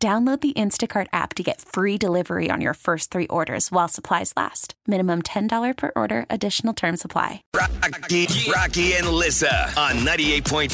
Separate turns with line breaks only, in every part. Download the Instacart app to get free delivery on your first three orders while supplies last. Minimum $10 per order, additional term supply.
Rocky, Rocky and Lissa on 98.5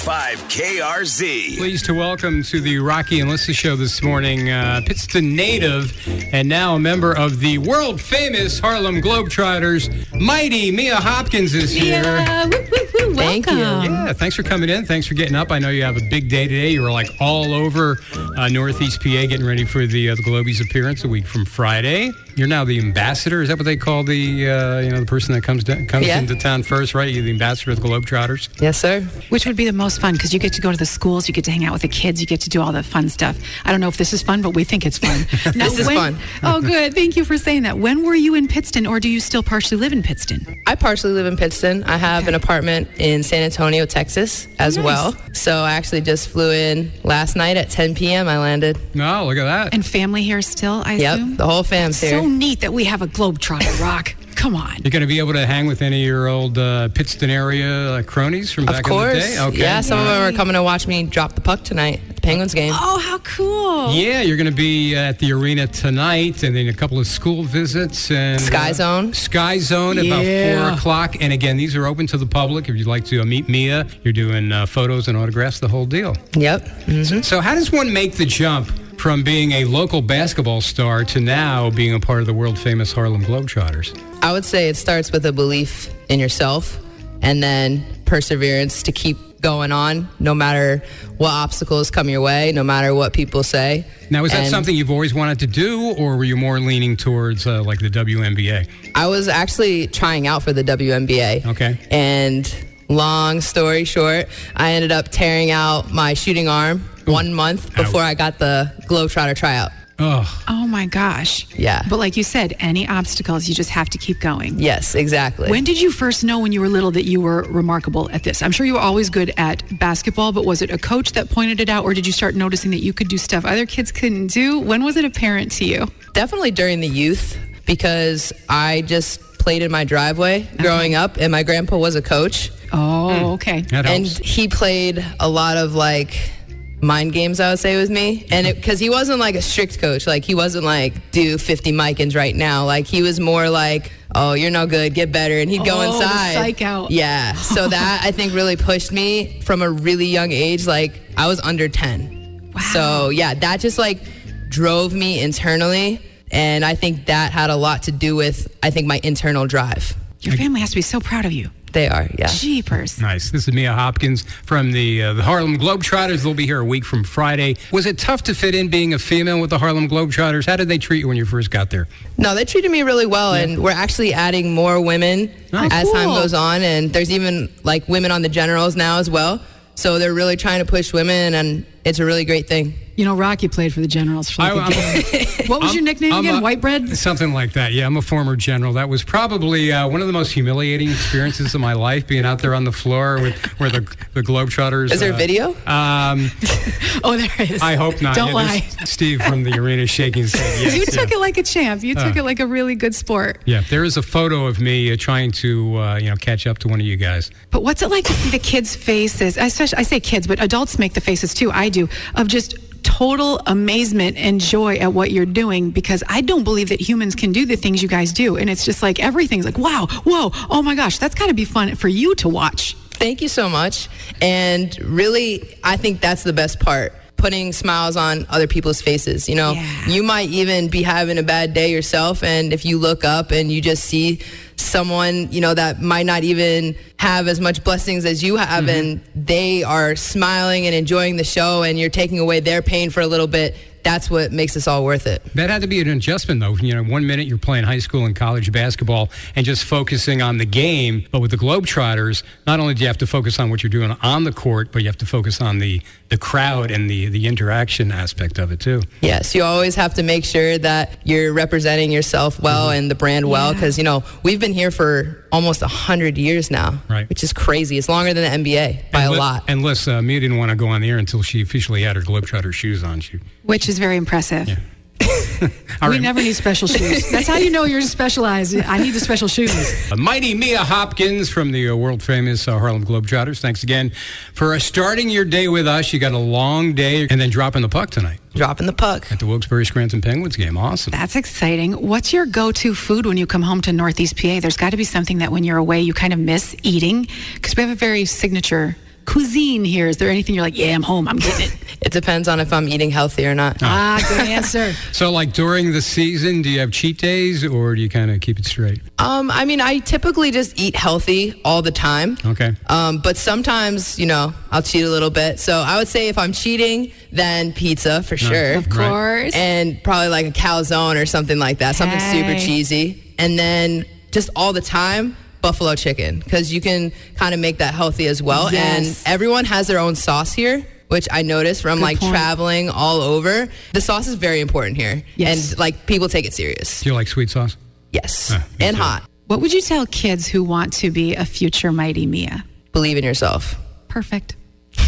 KRZ.
Pleased to welcome to the Rocky and Lissa show this morning, uh, Pittston native and now a member of the world famous Harlem Globetrotters, Mighty Mia Hopkins is here.
Yeah, woo, woo, woo,
Thank you.
welcome.
Yeah, thanks for coming in. Thanks for getting up. I know you have a big day today. You were like all over uh, Northeast PA getting ready for the, uh, the Globies appearance a week from Friday. You're now the ambassador. Is that what they call the uh, you know the person that comes down, comes
Yeah.
into town first, right? You're the ambassador of the Globetrotters.
Yes, sir.
Which would be the most fun because you get to go to the schools, you get to hang out with the kids, you get to do all the fun stuff. I don't know if this is fun, but we think it's fun. Now,
This is
when-
fun.
oh, good. Thank you for saying that. When were you in Pittston, or do you still partially live in Pittston?
I partially live in Pittston. I have
Okay.
an apartment in San Antonio, Texas, as
nice.
well. So I actually just flew in last night at 10 p.m. I landed.
No, Oh, look at that.
And family here still, I
Yep,
assume?
the whole fam's here.
So neat that we have a Globetrotter rock. Come on.
You're going to be able to hang with any of your old uh, Pittston area uh, cronies from
of
back in the
course.
day? Okay.
Yeah, some of them
Yay.
are coming to watch me drop the puck tonight at the Penguins game.
Oh, how cool.
Yeah, you're going to be at the arena tonight, and then a couple of school visits and uh,
Sky Zone.
Sky Zone about
Yeah.
four o'clock. And again, these are open to the public. If you'd like to uh, meet Mia, you're doing uh, photos and autographs, the whole deal.
Yep. hmm
So, how does one make the jump from being a local basketball star to now being a part of the world famous Harlem Globetrotters?
I would say it starts with a belief in yourself and then perseverance to keep going on no matter what obstacles come your way, no matter what people say.
Now, is that
And-
something you've always wanted to do, or were you more leaning towards uh, like the WNBA?
I was actually trying out for the WNBA.
Okay.
And long story short, I ended up tearing out my shooting arm one month before
Ouch.
I got the Globetrotter tryout.
Oh,
Oh, my gosh.
Yeah.
But like you said, any obstacles, you just have to keep going.
Yes, exactly.
When did you first know when you were little that you were remarkable at this? I'm sure you were always good at basketball, but was it a coach that pointed it out or did you start noticing that you could do stuff other kids couldn't do? When was it apparent to you?
Definitely during the youth because I just played in my driveway
Uh-huh.
growing up and my grandpa was a coach
Oh, okay.
that
and
helps.
he played a lot of like mind games I would say with me and it because he wasn't like a strict coach like he wasn't like do 50 micans right now like he was more like oh you're no good get better and he'd go
Oh, the
inside
psych out.
yeah so that I think really pushed me from a really young age like I was under 10 wow. so yeah that just like drove me internally and I think that had a lot to do with I think my internal drive
Your family has to be so proud of you.
they are yeah
Jeepers.
Nice. This is Mia Hopkins from the uh, the Harlem Globetrotters. They'll be here a week from Friday. Was it tough to fit in being a female with the Harlem Globetrotters? How did they treat you when you first got there?
No, they treated me really well, and we're actually adding more women
Nice.
as time
Cool.
goes on. And there's even like women on the generals now as well. So they're really trying to push women, and it's a really great thing.
You know, Rocky played for the Generals for like a game. What was your nickname
I'm
again?
a-
White bread?
Something like that. Yeah, I'm a former general. That was probably uh, one of the most humiliating experiences of my life, being out there on the floor with where the the Globetrotters.
Is there
uh,
video?
Um,
Oh, there is.
I hope not.
Don't
Yeah,
lie.
there's Steve from the arena shaking his head. Yes,
you
yeah. Uh.
took it like a champ. You took it like a really good sport.
Yeah, there is a photo of me uh, trying to uh, you know catch up to one of you guys.
But what's it like to see the kids' faces? Especially, I say kids, but adults make the faces too. I do of just total amazement and joy at what you're doing because I don't believe that humans can do the things you guys do, and it's just like everything's like wow, whoa, oh my gosh, that's got to be fun for you to watch.
Thank you so much. And really, I think that's the best part putting smiles on other people's faces. You know,
Yeah.
you might even be having a bad day yourself. And if you look up and you just see someone, you know, that might not even have as much blessings as you have, and they are smiling and enjoying the show, and you're taking away their pain for a little bit. that's what makes this all worth it.
That had to be an adjustment, though. You know, one minute you're playing high school and college basketball and just focusing on the game, but with the Globetrotters, not only do you have to focus on what you're doing on the court, but you have to focus on the, the crowd and the, the interaction aspect of it, too.
Yes, you always have to make sure that you're representing yourself well
Mm-hmm.
and the brand well because, you know, we've been here for almost 100 years now,
Right.
which is crazy. It's longer than the NBA by
and
a
Li-
lot.
And Liz, uh, Mia didn't want to go on the air until she officially had her Globetrotter shoes on. She,
which is very impressive.
All
we
right.
never need special shoes. That's how you know you're specialized. I need the special shoes.
Uh, Mighty Mia Hopkins from the uh, world famous uh, Harlem Globetrotters. Thanks again for uh, starting your day with us. You got a long day and then dropping the puck tonight
Dropping the puck.
at the Wilkes-Barre Scranton Penguins game. Awesome.
That's exciting. What's your go to food when you come home to Northeast PA? There's got to be something that when you're away, you kind of miss eating because we have a very signature cuisine here. Is there anything you're like, yeah, I'm home, I'm getting it?
It depends on if I'm eating healthy or not.
Oh.
ah, good answer.
So, like during the season, do you have cheat days or do you kind of keep it straight?
Um, I mean, I typically just eat healthy all the time.
Okay.
Um, but sometimes, you know, I'll cheat a little bit. So I would say if I'm cheating, then pizza for sure.
Of course.
And probably like a calzone or something like that, something super
Hey.
cheesy. And then just all the time, buffalo chicken, because you can kind of make that healthy as well.
Yes.
And everyone has their own sauce here. Which I noticed from like
point.
traveling all over. The sauce is very important here.
Yes.
And like people take it serious.
Do you like sweet sauce?
Yes.
Ah, me
and
too.
hot.
What would you tell kids who want to be a future Mighty Mia?
Believe in yourself.
Perfect.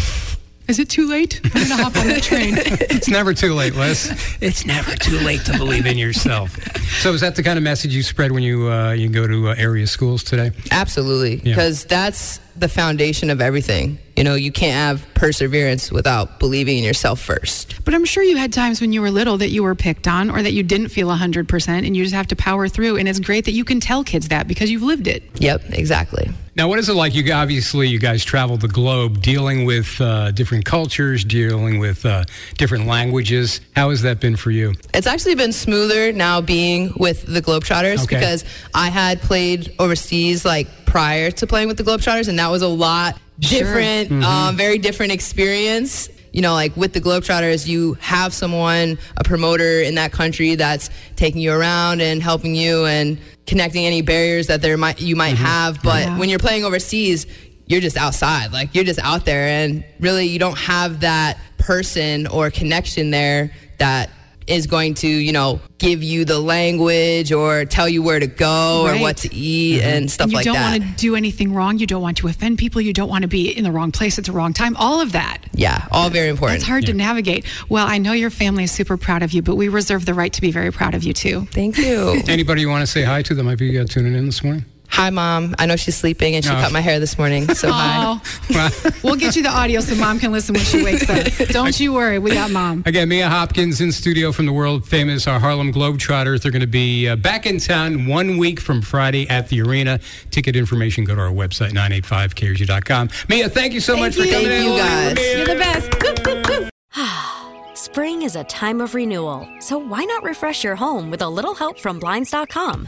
Is it too late? I'm going to hop on that train.
It's never too late, Liz. it's never too late to believe in yourself. So, is that the kind of message you spread when you uh, you go to uh, area schools today?
Absolutely,
Yeah.
because that's the foundation of everything. You know, you can't have perseverance without believing in yourself first.
But I'm sure you had times when you were little that you were picked on or that you didn't feel 100% and you just have to power through. And it's great that you can tell kids that because you've lived it.
Yep, exactly.
Now, what is it like? You obviously you guys travel the globe, dealing with uh, different cultures, dealing with uh, different languages. How has that been for you?
It's actually been smoother now being with the Globetrotters
Okay.
because I had played overseas like prior to playing with the Globetrotters, and that was a lot different,
Mm-hmm.
um, very different experience. You know, like with the Globetrotters, you have someone, a promoter in that country that's taking you around and helping you and connecting any barriers that there might you might
Mm-hmm.
have. But when you're playing overseas, you're just outside, like you're just out there, and really you don't have that person or connection there that is going to, you know, give you the language or tell you where to go
Right. Mm-hmm.
or what to eat and stuff
And you
like
don't
that.
want to do anything wrong. You don't want to offend people. You don't want to be in the wrong place at the wrong time. All of that.
yeah, all very important.
It's hard to navigate. Well, I know your family is super proud of you, but we reserve the right to be very proud of you too.
Thank you.
Anybody you want to say hi to that might be uh, tuning in this morning?
hi, mom. I know she's sleeping and she
No.
cut my hair this morning. So hi.
Oh, we'll get you the audio so mom can listen when she wakes up. Don't you worry. We got mom.
Again, Mia Hopkins in studio from the world famous uh, Harlem Globetrotters. They're going to be uh, back in town one week from Friday at the arena. Ticket information, go to our website, 985krg.com. Mia, thank you so much for
you.
coming
Thank
in.
you, guys.
Mia.
You're the best. Goop, goop, goop.
Spring is a time of renewal, so why not refresh your home with a little help from Blinds.com?